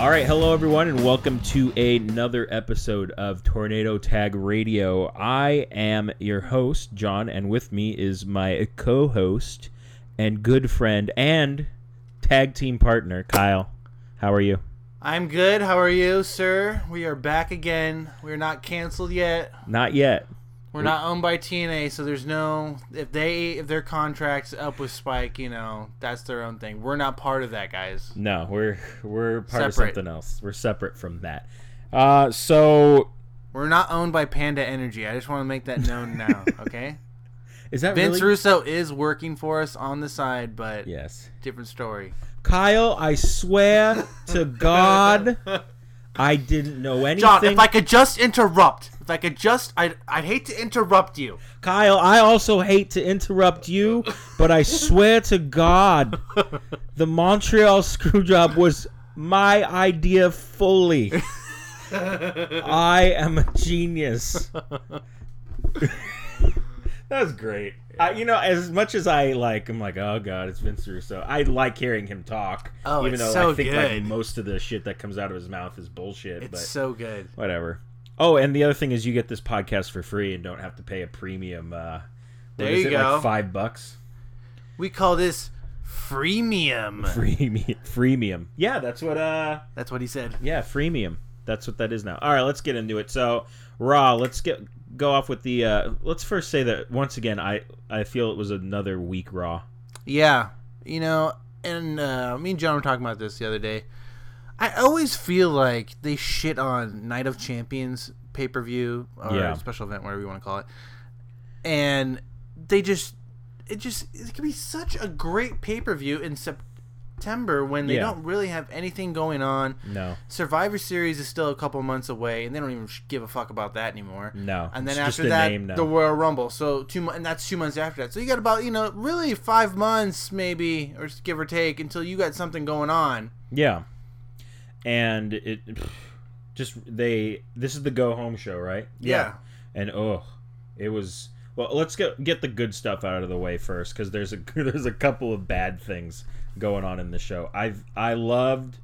right, hello everyone, and welcome to another episode of Tornado Tag Radio. I am your host, John, and with me is my co-host and good friend and tag team partner, Kyle. How are you? I'm good. How are you, sir? We are back again. We're not canceled yet. Not yet. We're not owned by TNA, so there's no if they if their contracts up with Spike, you know, that's their own thing. We're not part of that, guys. No, we're we're part Separate. of something else. We're separate from that. Uh, so We're not owned by Panda Energy. I just want to make that known now, okay? is that Vince really? Russo is working for us on the side, but Yes. different story. Kyle, I swear to God, I didn't know anything. John, if I could just interrupt, if I could just I'd, I'd hate to interrupt you. Kyle, I also hate to interrupt you, but I swear to God, the Montreal Screwjob was my idea fully. I am a genius. that was great. I, you know, as much as I like, I'm like, oh god, it's Vince Russo. I like hearing him talk, Oh, even it's though so I think like good. most of the shit that comes out of his mouth is bullshit. It's but so good. whatever. Oh, and the other thing is you get this podcast for free and don't have to pay a premium. Uh, what There is you it, go. Like five bucks. We call this freemium. Freemium. Freemium. Yeah, that's what. Uh, That's what he said. yeah, freemium. That's what that is now. All right, let's get into it. So, raw. Let's get go off with the. Uh, let's first say that once again, I I feel it was another weak raw. Yeah, you know, and uh, me and John were talking about this the other day. I always feel like they shit on Night of Champions pay per view or Yeah. special event, whatever you want to call it, and they just it just it could be such a great pay per view in September when they Yeah. don't really have anything going on. No, Survivor Series is still a couple months away, and they don't even sh- give a fuck about that anymore. no. And then It's just after the that, name now. the Royal Rumble. So two, mo- and that's two months after that. So you got about you know really five months maybe, or s- give or take, until you got something going on. yeah, and it pff, just they. This is the go home show, right? and oh, it was. Well, let's get get the good stuff out of the way first, because there's a there's a couple of bad things going on in the show. I have I loved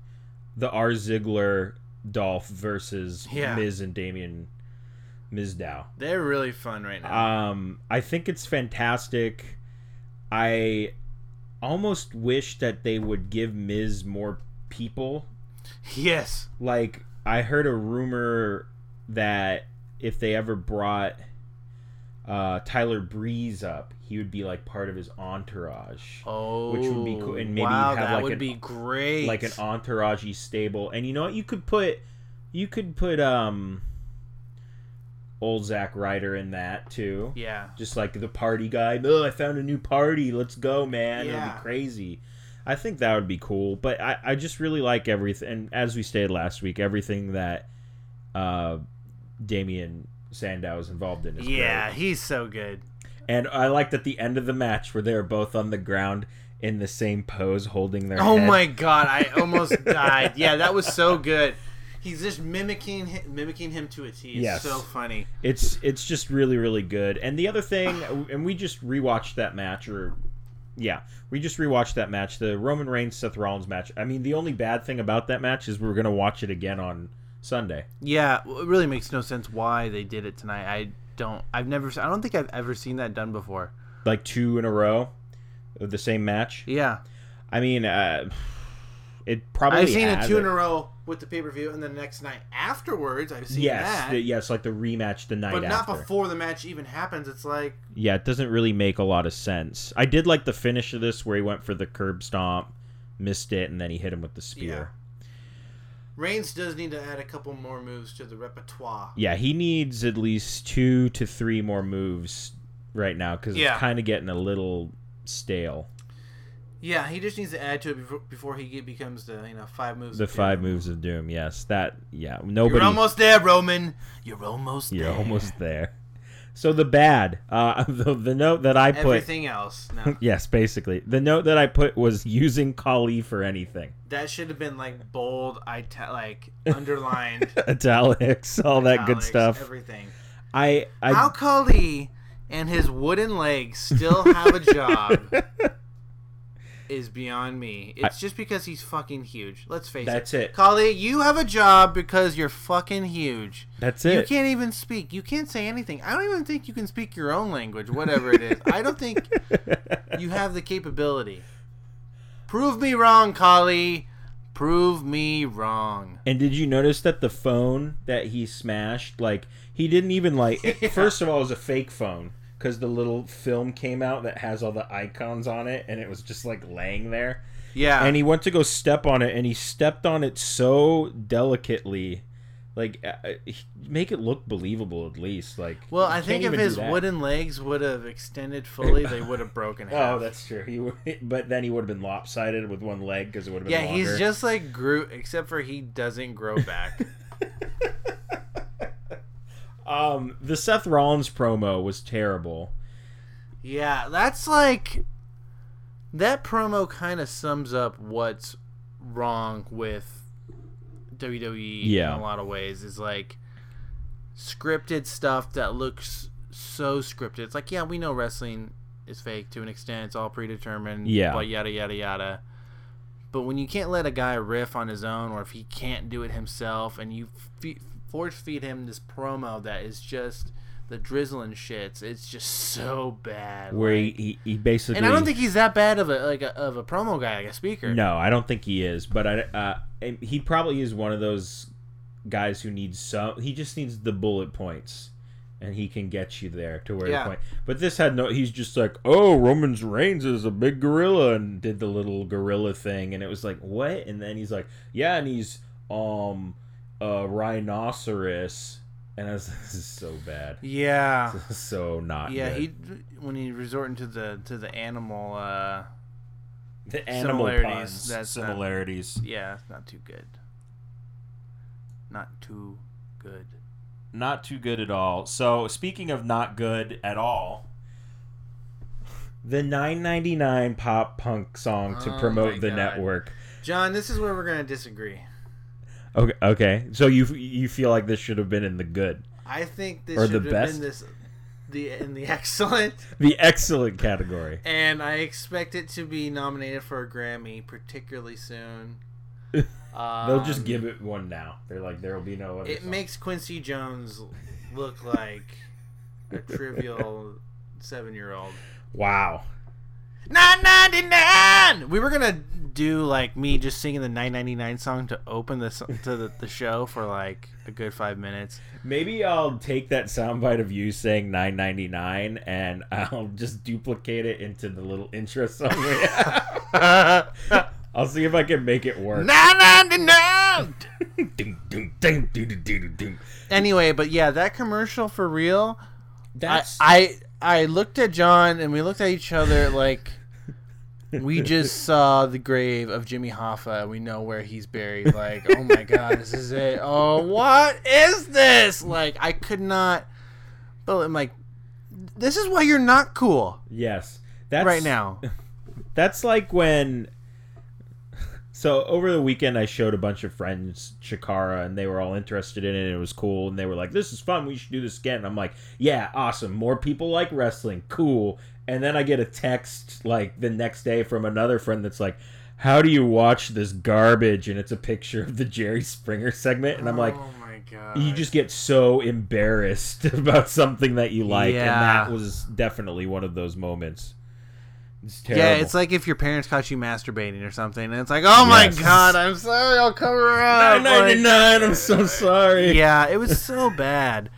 the R Ziggler Dolph versus Yeah. Miz and Damian Mizdow. they're really fun right now. Um, I think it's fantastic. I almost wish that they would give Miz more people yes, like I heard a rumor that if they ever brought uh, Tyler Breeze up, he would be like part of his entourage, oh, Which would be cool, and maybe wow, you'd have, that like, would an- be great. like an entouragey stable. And you know what? You could put, you could put um, old Zack Ryder in that too. yeah, Just like the party guy. Oh, I found a new party. Let's go, man. It'll Yeah. be crazy. I think that would be cool. But I, I just really like everything. And as we stated last week, everything that uh, Damien Sandow is involved in is yeah, great. he's so good. And I liked at the end of the match where they're both on the ground in the same pose holding their Oh head. my god, I almost died. Yeah, that was so good. He's just mimicking hi- mimicking him to a T. It's Yes. so funny. It's it's just really really good. And the other thing, and we just rewatched that match, or yeah, we just rewatched that match, the Roman Reigns Seth Rollins match. I mean, the only bad thing about that match is we're gonna watch it again on Sunday. Yeah, well, it really makes no sense why they did it tonight. I don't. I've never. I don't think I've ever seen that done before. Like two in a row of the same match. Yeah, I mean, uh, it probably I've seen it has two in a row with the pay per view, and the next night afterwards, I've seen Yes, that. the, yes, like the rematch the night but not after. before the match even happens. It's like Yeah, it doesn't really make a lot of sense. I did like the finish of this where he went for the curb stomp, missed it, and then he hit him with the spear. Reigns does need to add a couple more moves to the repertoire. Yeah, he needs at least two to three more moves right now because Yeah. it's kind of getting a little stale. Yeah, he just needs to add to it before, before he get, becomes the you know five moves. The of doom. five moves of doom. Yes, that. Yeah, You're nobody. almost there, Roman. You're almost. you're there. almost there. So the bad. Uh, the, the note that I put. Everything else. No, Yes, basically the note that I put was using Kali for anything. that should have been like bold, ita- like underlined. Italics, all that good Alex, stuff. Everything. I. I How Cully and his wooden legs still have a job? is beyond me. It's just because he's fucking huge. Let's face it. That's it. Kali, you have a job because you're fucking huge. That's You it. can't even speak. You can't say anything. I don't even think you can speak your own language, whatever it is. I don't think you have the capability. Prove me wrong, Kali. Prove me wrong. And did you notice that the phone that he smashed, like he didn't even like. Yeah. First of all, it was a fake phone because the little film came out that has all the icons on it, and it was just like laying there. Yeah. And he went to go step on it, and he stepped on it so delicately, like uh, uh, he- make it look believable at least. Like, well, you I can't think if even do his that. wooden legs would have extended fully, they would have broken half. Oh, that's true. He would, but then he would have been lopsided with one leg because it would have been. yeah, he's longer. just like Groot, except for he doesn't grow back. Um, the Seth Rollins promo was terrible. Yeah, that's like that promo kind of sums up what's wrong with WWE Yeah. in a lot of ways. Is like scripted stuff that looks so scripted. It's like, yeah, we know wrestling is fake to an extent. It's all predetermined. Yeah. But yada yada yada. But when you can't let a guy riff on his own, or if he can't do it himself, and you fe- force feed him this promo that is just the drizzling shits, it's just so bad. where like- he, he, he basically and I don't think he's that bad of a like a, of a promo guy, like a speaker. no i don't think he is but i uh and he probably is one of those guys who needs some he just needs the bullet points and he can get you there to where Yeah. the point but this had no he's just like oh roman's reigns is a big gorilla and did the little gorilla thing and it was like what and then he's like yeah and he's um a rhinoceros and i was this is so bad Yeah. This is so not Yeah, good. he when he resorting to the to the animal uh the animal similarities, puns that's uh, not- similarities yeah, it's not too good. Not too good. not too good at all. So speaking of not good at all, the 9.99 pop punk song to Oh my promote the God. network. John, this is where we're going to disagree. Okay, okay. So you you feel like this should have been in the good, I think this Or the should have best? been this the in the excellent the excellent category. and I expect it to be nominated for a Grammy particularly soon. Um, They'll just give it one now. They're like there will be no other. It song. makes Quincy Jones look like a trivial 7-year-old. wow. 999 we were gonna do like me just singing the 999 song to open this to the, the show for like a good five minutes Maybe I'll take that soundbite of you saying 9.99 and I'll just duplicate it into the little intro song. we have. I'll see if I can make it work. 999 Ding, ding, ding, ding, ding, ding, ding. anyway but yeah that commercial for real I, That's I i looked at john and we looked at each other like we just saw the grave of jimmy hoffa we know where he's buried like oh my god this is it oh what is this like i could not but i'm like this is why you're not cool yes. That's right now. That's like when. So over the weekend, I showed a bunch of friends Chikara, and they were all interested in it, and it was cool. And they were like, "This is fun. We should do this again." And I'm like, "Yeah, awesome. More people like wrestling. Cool." And then I get a text like the next day from another friend that's like, "How do you watch this garbage?" And it's a picture of the Jerry Springer segment, and I'm like, oh my god! you just get so embarrassed about something that you like Yeah. and that was definitely one of those moments it's terrible yeah, it's like if your parents caught you masturbating or something, and it's like, oh my Yes. god, I'm sorry, I'll cover Oh, up. like- 999 i'm so sorry yeah, it was so bad.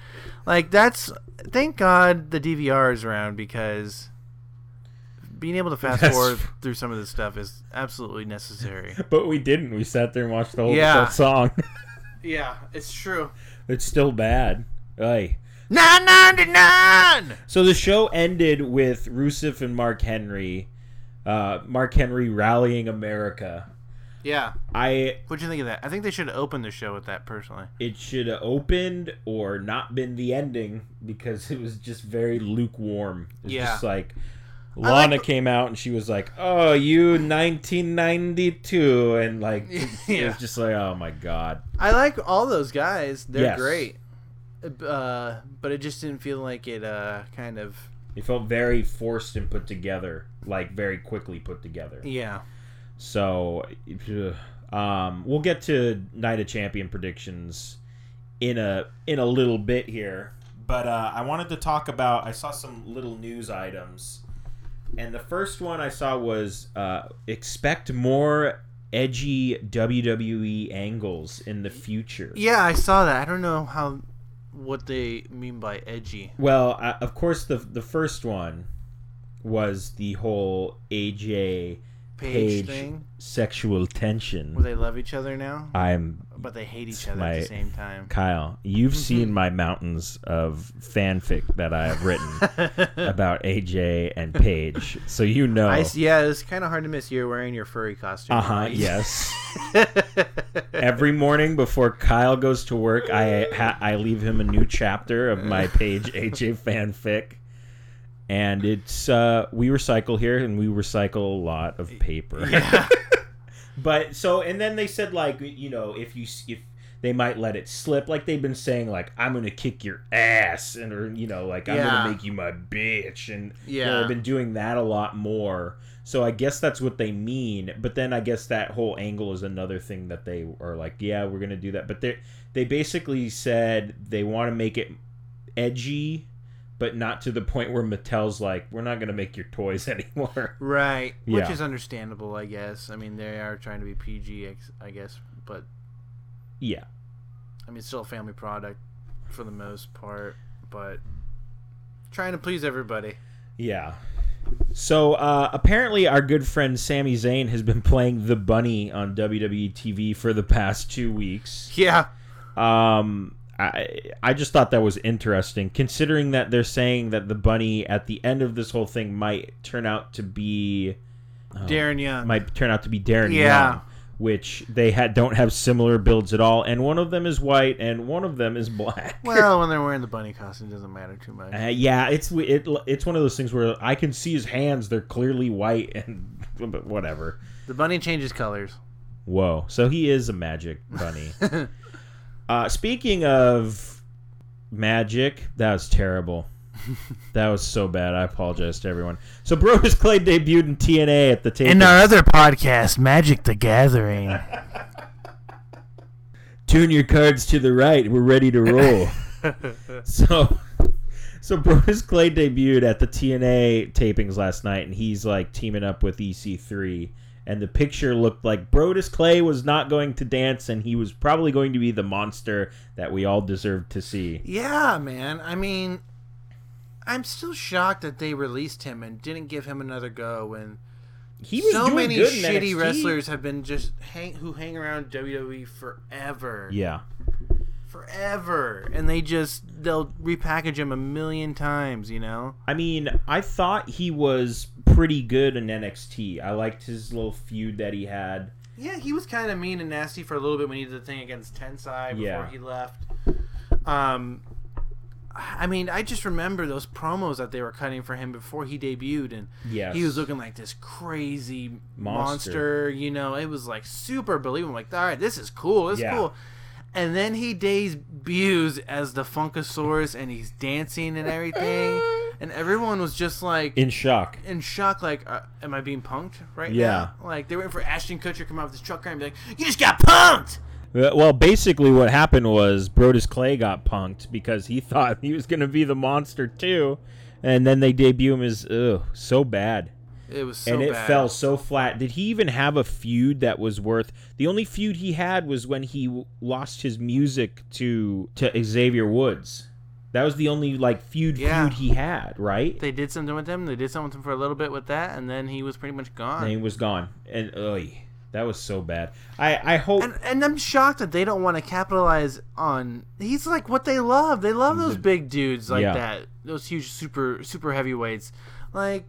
Like that's thank God the DVR is around because being able to fast That's- forward through some of this stuff is absolutely necessary. but we didn't we sat there and watched the whole Yeah. that song Yeah, it's true. it's still bad Ay. Nine ninety nine. so the show ended with rusev and mark henry uh, mark henry rallying america Yeah. i What'd you think of that? I think they should open the show with that personally. it should have opened or not been the ending because it was just very lukewarm. It's Yeah. just like I Lana like- came out and she was like, "Oh, you 1992," and like it Yeah. was just like, "Oh my god." I like all those guys. They're Yes. great. Uh, but it just didn't feel like it uh, kind of It felt very forced and put together. like very quickly put together. Yeah. So, um, we'll get to Night of Champion predictions in a in a little bit here, but uh, I wanted to talk about. I saw some little news items, and the first one I saw was uh, expect more edgy WWE angles in the future. Yeah, I saw that. I don't know how what they mean by edgy. Well, I, of course the the first one was the whole AJ Page, thing sexual tension. where they love each other now, I'm but they hate each other at My- the same time. Kyle. You've seen my mountains of fanfic that I have written about AJ and Paige, so you know. I s- yeah, it's kind of hard to miss. You're wearing your furry costume. Uh huh. Yes. Every morning before Kyle goes to work, I ha- I leave him a new chapter of my page AJ fanfic, and it's uh, we recycle here and we recycle a lot of paper. but so and then they said like you know if you s- if they might let it slip like they've been saying like I'm gonna kick your ass and or you know like I'm Yeah. gonna make you my bitch and you know, Yeah. they've been doing that a lot more. So I guess that's what they mean. But then I guess that whole angle is another thing that they are like, yeah, we're gonna do that. But they they basically said they want to make it edgy, but not to the point where Mattel's like, we're not gonna make your toys anymore. Right, which Yeah. is understandable, I guess. I mean, they are trying to be PG, ex- I guess, but yeah, I mean, it's still a family product for the most part. But trying to please everybody. yeah. So uh, apparently, our good friend Sami Zayn has been playing the bunny on WWE TV for the past two weeks. Yeah, Um, I I just thought that was interesting, considering that they're saying that the bunny at the end of this whole thing might turn out to be Oh. Darren Young. might turn out to be Darren Yeah. Young, which they had don't have similar builds at all, and one of them is white and one of them is black. well, when they're wearing the bunny costume, it doesn't matter too much. Uh, yeah, it's w- it, it's one of those things where I can see his hands; they're clearly white, and but whatever. The bunny changes colors. Whoa! So he is a magic bunny. uh, speaking of magic, that was terrible. that was so bad. I apologize to everyone. So Brodus Clay debuted in TNA at the tape. other podcast, Magic the Gathering. Turn your cards to the right. We're ready to roll. so, so Brodus Clay debuted at the TNA tapings last night, and he's like teaming up with EC3. And the picture looked like Brodus Clay was not going to dance, and he was probably going to be the monster that we all deserved to see. yeah, man. I mean, I'm still shocked that they released him and didn't give him another go when He was so doing many good in shitty NXT. wrestlers have been just hang who hang around WWE forever, Yeah, forever, and they just they'll repackage him a million times, you know? I mean, I thought he was pretty good in NXT. I liked his little feud that he had. Yeah, he was kind of mean and nasty for a little bit when he did the thing against Tensai before Yeah. he left. Um, I mean, I just remember those promos that they were cutting for him before he debuted, and Yes. he was looking like this crazy monster. Monster. You know, it was like super believable. Like, all right, this is cool. This Yeah. is cool. And then he debuts as the Funkasaurus, and he's dancing and everything, and everyone was just like, in shock. in shock, like, uh, am I being punked right Yeah. now? Like, they were waiting for Ashton Kutcher to come out with his truck car and be like, you just got punked! Uh, Well, basically, what happened was Brodus Clay got punked because he thought he was going to be the monster too, and then they debut him as ugh, so bad, It was so and it bad. fell so flat. Did he even have a feud that was worth? The only feud he had was when he w- lost his music to to Xavier Woods. That was the only like feud Yeah. feud he had, right? They did something with him. They did something with him for a little bit with that, and then he was pretty much and gone. he was gone, and ugh, that was so bad. I I hope And, and I'm shocked that they don't want to capitalize on. He's like what they love. They love those big dudes like Yeah. that. Those huge super super heavyweights. Like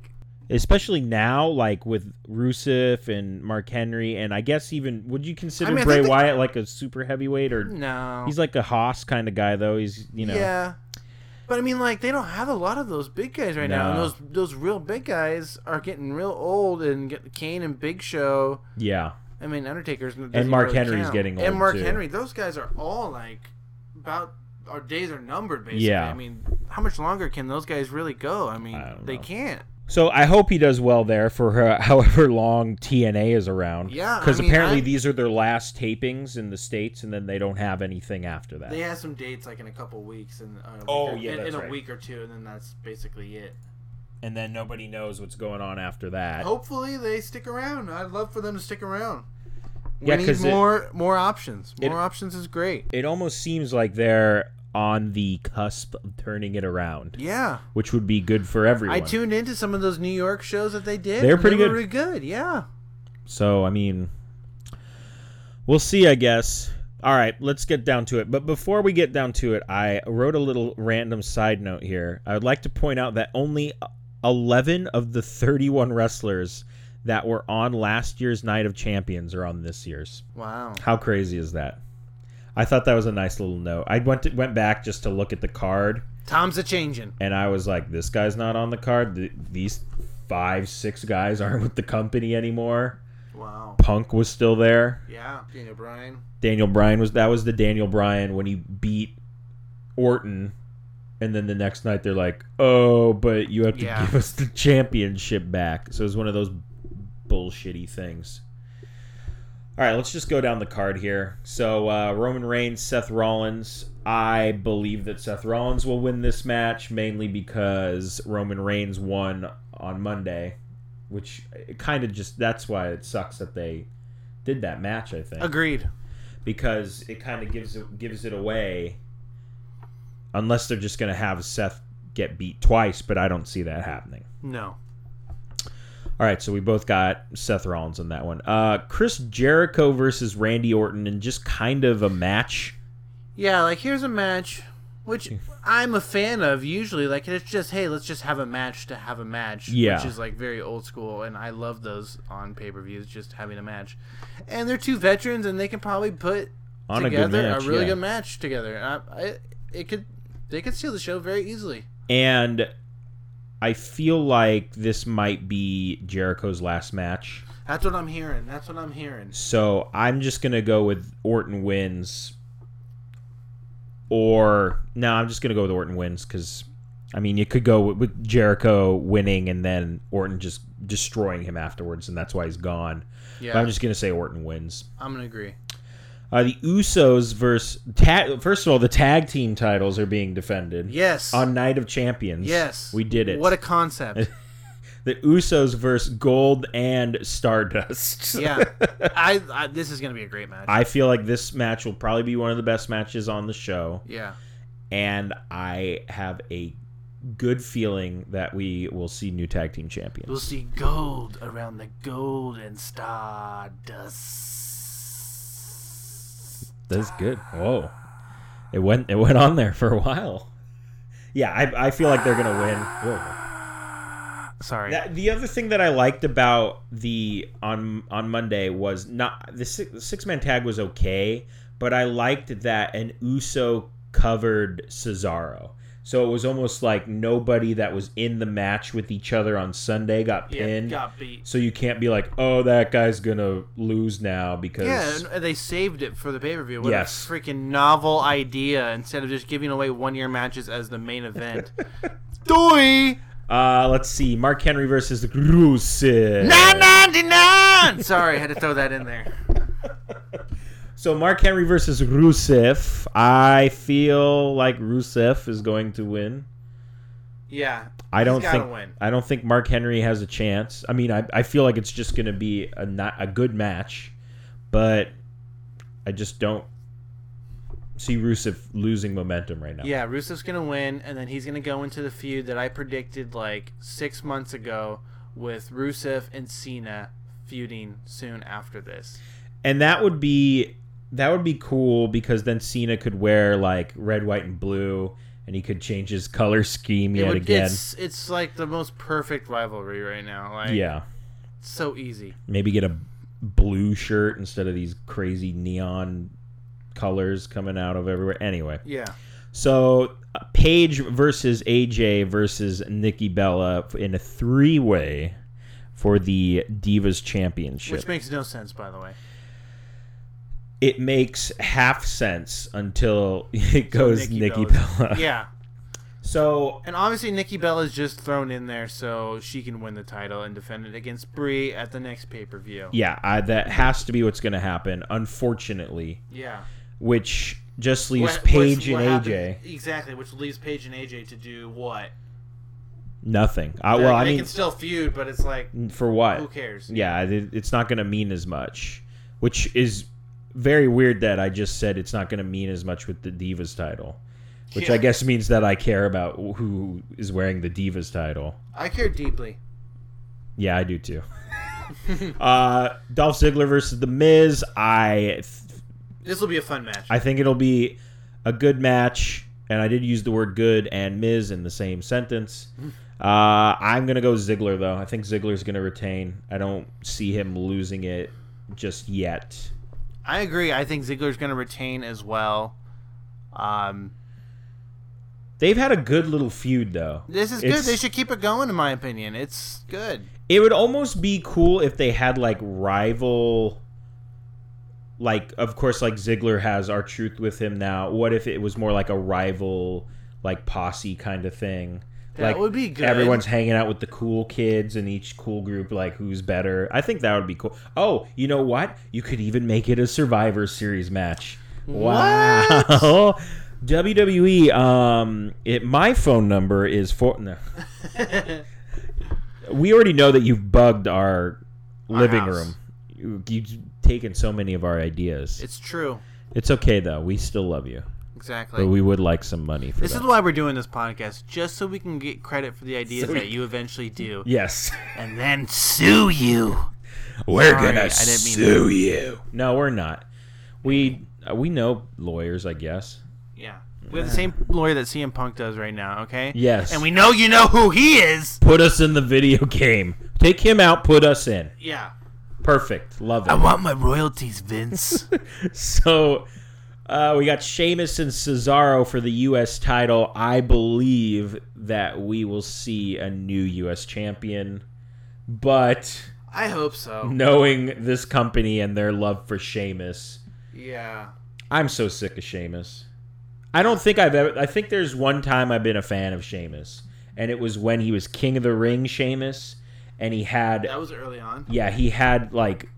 especially now, like with Rusev and Mark Henry, and I guess even would you consider I mean, I Bray think they- Wyatt like a super heavyweight or no. he's like a Haas kind of guy though? He's you know Yeah. But I mean, like they don't have a lot of those big guys right now. And No. those those real big guys are getting real old, and get, Kane and Big Show. yeah I mean, Undertaker's doesn't And Mark really Henry's count. getting And old, Mark too. Henry, those guys are all like about our days are numbered. Basically, Yeah. I mean, how much longer can those guys really go? I mean, I don't they know. can't. So I hope he does well there for uh, however long TNA is around. Yeah, I because mean, apparently I- these are their last tapings in the states, and then they don't have anything after that. They have some dates like in a couple weeks and uh, Oh, in- yeah, in, that's in a right. week or two, and then that's basically it. and then nobody knows what's going on after that. Oh. Hopefully they stick around. I'd love for them to stick around. Yeah, we need 'cause it- more more options. it- More options is great. It almost seems like they're on the cusp of turning it around, Yeah. which would be good for everyone. I tuned into some of those New York shows that they did. They're and pretty they good. Were really good, yeah. So I mean, we'll see. I guess. All right, let's get down to it. But before we get down to it, I wrote a little random side note here. I would like to point out that only 11 of the 31 wrestlers that were on last year's Night of Champions are on this year's. Wow. How crazy is that? I thought that was a nice little note. I went to, went back just to look at the card, Tom's a changing. and I was like, "This guy's not on the card. Th- these five, six guys aren't with the company anymore." Wow. Punk was still there. Yeah, Daniel Bryan. Daniel Bryan was that was the Daniel Bryan when he beat Orton, and then the next night they're like, "Oh, but you have to Yeah. give us the championship back." So it's one of those bullshitty things. All right, let's just go down the card here. So uh, Roman Reigns, Seth Rollins. I believe that Seth Rollins will win this match mainly because Roman Reigns won on Monday, which kind of just that's why it sucks that they did that match. I think Agreed. because it kind of gives it gives it away. Unless they're just going to have Seth get beat twice, but I don't see that happening. No. All right, so we both got Seth Rollins on that one. Uh, Chris Jericho versus Randy Orton, and just kind of a match. Yeah, like here's a match Hmm. which I'm a fan of usually. Like it's just, hey, let's just have a match to have a match. Yeah. Which is like very old school and I love those on pay per views, just having a match. And they're two veterans and they can probably put On a good together match, really yeah. good match together. I, I, it could they could steal the show very easily. And I feel like this might be Jericho's last match. That's what I'm hearing. That's what I'm hearing. So I'm just gonna go with Orton wins. Or no, I'm just gonna go with Orton wins because, I mean, you could go with, with Jericho winning and then Orton just destroying him afterwards, and that's why he's gone. Yeah. But I'm just gonna say Orton wins. I'm gonna agree. Uh, the Usos versus ta- first of all, the tag team titles are being defended Yes. on Night of Champions. yes. we did it. What a concept. the Usos versus Gold and Stardust. yeah. I, I this is gonna be a great match. I feel like this match will probably be one of the best matches on the show, yeah. and I have a good feeling that we will see new tag team champions. We'll see gold around the golden stardust. That's good. Whoa, it went it went on there for a while. Yeah, I, I feel like they're gonna win. Whoa. Ah, Sorry. That, the other thing that I liked about the on on Monday was not the six, six man tag was okay, but I liked that an Uso covered Cesaro. So it was almost like nobody that was in the match with each other on Sunday got Yeah, pinned. got beat. so you can't be like, "Oh, that guy's gonna lose now because yeah, and- and they saved it for the pay per view. What Yes. a freaking novel idea! Instead of just giving away one year matches as the main event. Doi Uh, let's see. Mark Henry versus the Rusev. nine ninety nine. Sorry, I had to throw that in there. So Mark Henry versus Rusev. I feel like Rusev is going to win. Yeah, I don't gotta think. win. I don't think Mark Henry has a chance. I mean, I, I feel like it's just going to be a not a good match, but I just don't see Rusev losing momentum right now. Yeah, Rusev's gonna win, and then he's gonna go into the feud that I predicted like six months ago with Rusev and Cena feuding soon after this. and that would be that would be cool because then Cena could wear like red, white, and blue, and he could change his color scheme it yet would, again. It's, it's like the most perfect rivalry right now. Like, Yeah. it's so easy. maybe get a blue shirt instead of these crazy neon colors coming out of everywhere. Anyway, Yeah. so uh, Paige versus AJ versus Nikki Bella in a three way for the Divas Championship. Which makes no sense, by the way. it makes half sense until it goes Nikki Nikki Bella's- Bella. Yeah. So And obviously, Nikki Bella's just thrown in there so she can win the title and defend it against Brie at the next pay per view. yeah, I, that has to be what's going to happen. Unfortunately, Yeah. which just leaves What- Paige what's- and what AJ happens- Exactly, which leaves Paige and AJ to do what? nothing. I, Like, well, I they mean, can still feud, but it's like, for what? who cares? Yeah, it, it's not going to mean as much, which is very weird that I just said it's not going to mean as much with the Divas title, which I Yeah. guess means that I care about who is wearing the Divas title. I care deeply. Yeah, I do too. uh, Dolph Ziggler versus The Miz. I This will be a fun match. I think it'll be a good match, and I did use the word good and Miz in the same sentence. Uh, I'm gonna go Ziggler though. I think Ziggler's gonna retain. I don't see him losing it just yet. I agree. I think Ziggler's going to retain as well. Um, They've had a good little feud though. this is good. It's- They should keep it going, in my opinion. It's good. It would almost be cool if they had like rival. Like of course, like Ziggler has our truth with him now. What if it was more like a rival, like posse kind of thing? That like would be good. everyone's hanging out with the cool kids in each cool group, like who's better. I think that would be cool. Oh, you know what? You could even make it a Survivor Series match. Wow. WWE. Um, it my phone number is four. No. we already know that you've bugged our, Our living house. room. You, you've taken so many of our ideas. It's, It's true. okay though. We still love you, Exactly. but we would like some money for this that. is why we're doing this podcast, just so we can get credit for the ideas So we- that you eventually do, yes. and then sue you. We're Sorry, gonna I didn't mean sue you. No, we're not. We uh, we know lawyers, I guess. yeah. We have the same lawyer that CM Punk does right now, okay? Yes. And we know you know who he is. put us in the video game. Take him out. Put us in. Yeah. Perfect. Love I it. want my royalties, Vince. So uh, we got Sheamus and Cesaro for the U.S. title. I believe that we will see a new U.S. champion, but I hope Mm-hmm. so. knowing this company and their love for Sheamus. Yeah. I'm so sick of Sheamus. I don't think I've ever. I think there's one time I've been a fan of Sheamus, and it was when he was King of the Ring Sheamus, and he had That was early on. yeah he had like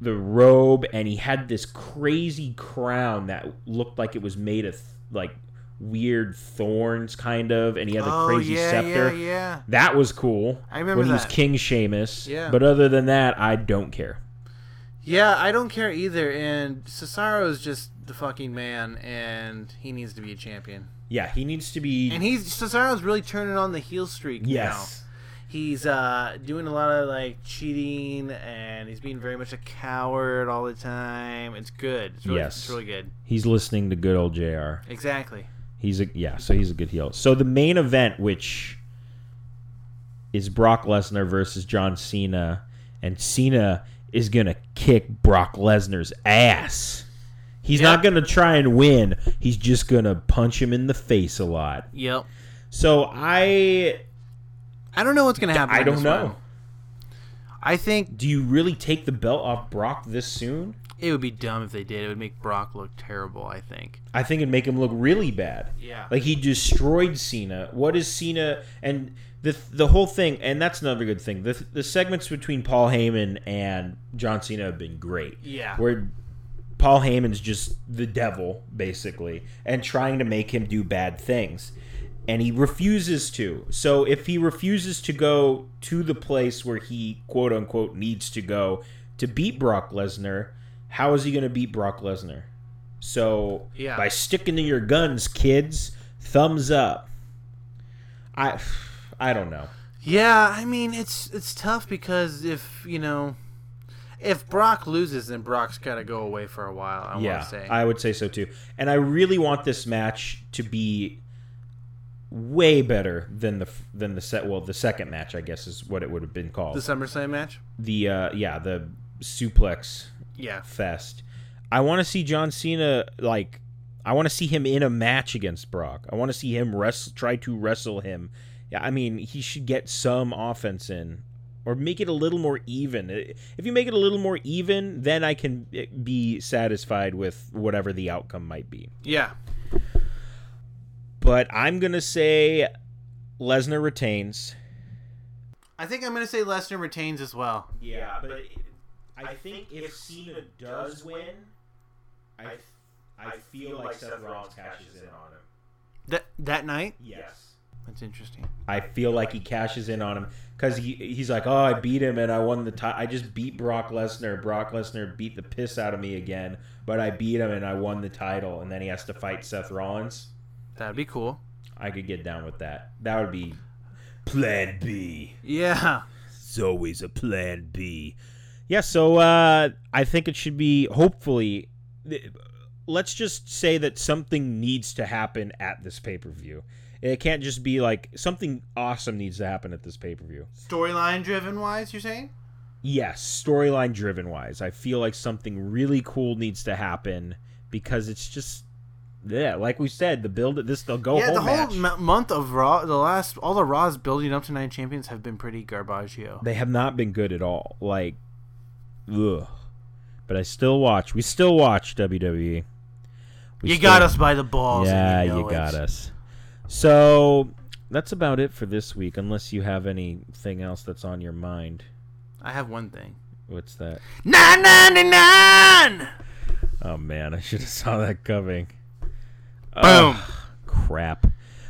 the robe and he had this crazy crown that looked like it was made of like weird thorns kind of, and he had the oh, crazy yeah, scepter. yeah, yeah. That was cool. I remember when he was that. King Sheamus. Yeah. But other than that, I don't care. Yeah, I don't care either. And Cesaro is just the fucking man, and he needs to be a champion. Yeah, he needs to be. And he's Cesaro's really turning on the heel streak yes. now. He's uh, doing a lot of like cheating, and he's being very much a coward all the time. It's good. It's really, Yes. it's really good. He's listening to good old JR. Exactly. He's a yeah, so he's a good heel. So the main event, which is Brock Lesnar versus John Cena, and Cena is gonna kick Brock Lesnar's ass. He's Yeah. not gonna try and win. He's just gonna punch him in the face a lot. Yep. So I I don't know what's gonna happen. I in don't this know. one. I think Do you really take the belt off Brock this soon? It would be dumb if they did. It would make Brock look terrible, I think. I think it'd make him look really bad. Yeah. Like he destroyed Cena. What is Cena and the the whole thing? And that's another good thing. The the segments between Paul Heyman and John Cena have been great. Yeah. Where Paul Heyman's just the devil basically and trying to make him do bad things. And he refuses to. So if he refuses to go to the place where he quote unquote needs to go to beat Brock Lesnar, how is he going to beat Brock Lesnar? So Yeah. by sticking to your guns, kids, thumbs up. I I don't know. Yeah, I mean it's it's tough because if you know, if Brock loses, then Brock's got to go away for a while. I yeah, want to say. I would say so too. And I really want this match to be way better than the f- than the set. Well, the second match, I guess, is what it would have been called. the The, SummerSlam match. uh, yeah, the suplex Yeah. fest. I want to see John Cena like. I want to see him in a match against Brock. I want to see him wrestle, try to wrestle him. Yeah, I mean, he should get some offense in, or make it a little more even. I- If you make it a little more even, then I can eh, be satisfied with whatever the outcome might be. Yeah. but I'm gonna say Lesnar retains. I think I'm gonna say Lesnar retains as well. Yeah, but it, I think if Cena does win, I f- I feel like Seth Rollins cashes in on him. That that night. Yes. That's interesting. I feel like he cashes in on him because he he's like, oh, I beat him and I won the title. I just beat Brock Lesnar. Brock Lesnar beat the piss out of me again, but I beat him and I won the title. And then he has to fight Seth Rollins. That'd be cool. I could get down with that. That would be Plan B. Yeah. It's always a Plan B. Yeah. So uh, I think it should be hopefully. th- Let's just say that something needs to happen at this pay per view. It can't just be like something awesome needs to happen at this pay per view. Storyline driven wise, you're saying? yes, storyline driven wise, I feel like something really cool needs to happen because it's just yeah, like we said, the build this the go yeah, home the whole match. m- month of Raw, the last all the Raws building up to Night of Champions have been pretty garbaggio. they have not been good at all. Like, ugh. But I still watch. We still watch WWE. We you still- got us by the balls. and Yeah, know you, it. got us. So that's about it for this week, unless you have anything else that's on your mind. I have one thing. What's that? Nine ninety nine. Oh man, I should have saw that coming. Boom. crap.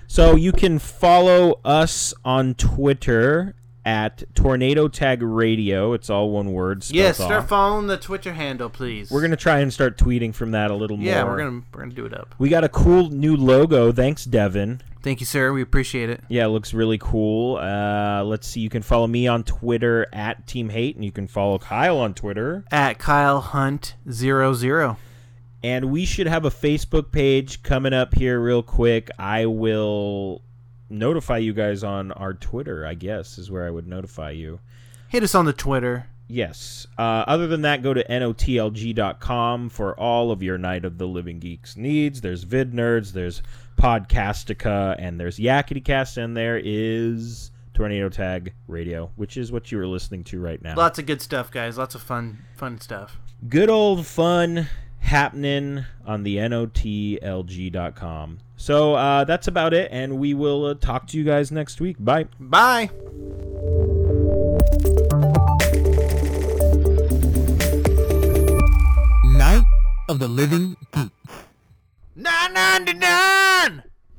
So you can follow us on Twitter at Tornado Tag Radio. It's all one word. spelled Yes, start off. following the Twitter handle, please. we're gonna try and start tweeting from that a little more. Yeah, we're gonna we're gonna do it up. We got a cool new logo. Thanks, Devin. Thank you, sir. We appreciate it. Yeah, it looks really cool. Uh, let's see. You can follow me on Twitter at Team Hate, and you can follow Kyle on Twitter. At Kyle Hunt zero zero. And we should have a Facebook page coming up here real quick. I will notify you guys on our Twitter. I guess is where I would notify you. Hit us on the Twitter. Yes. Uh, other than that, go to notlg.com for all of your Night of the Living Geeks needs. There's Vid Nerds, there's Podcastica, and there's Yakitycast, and there is Tornado Tag Radio, which is what you are listening to right now. Lots of good stuff, guys. Lots of fun fun stuff. Good old fun happening on the notlg.com. So uh, that's about it, and we will uh, talk to you guys next week. Bye. Bye. Night of the Living Geek. 999.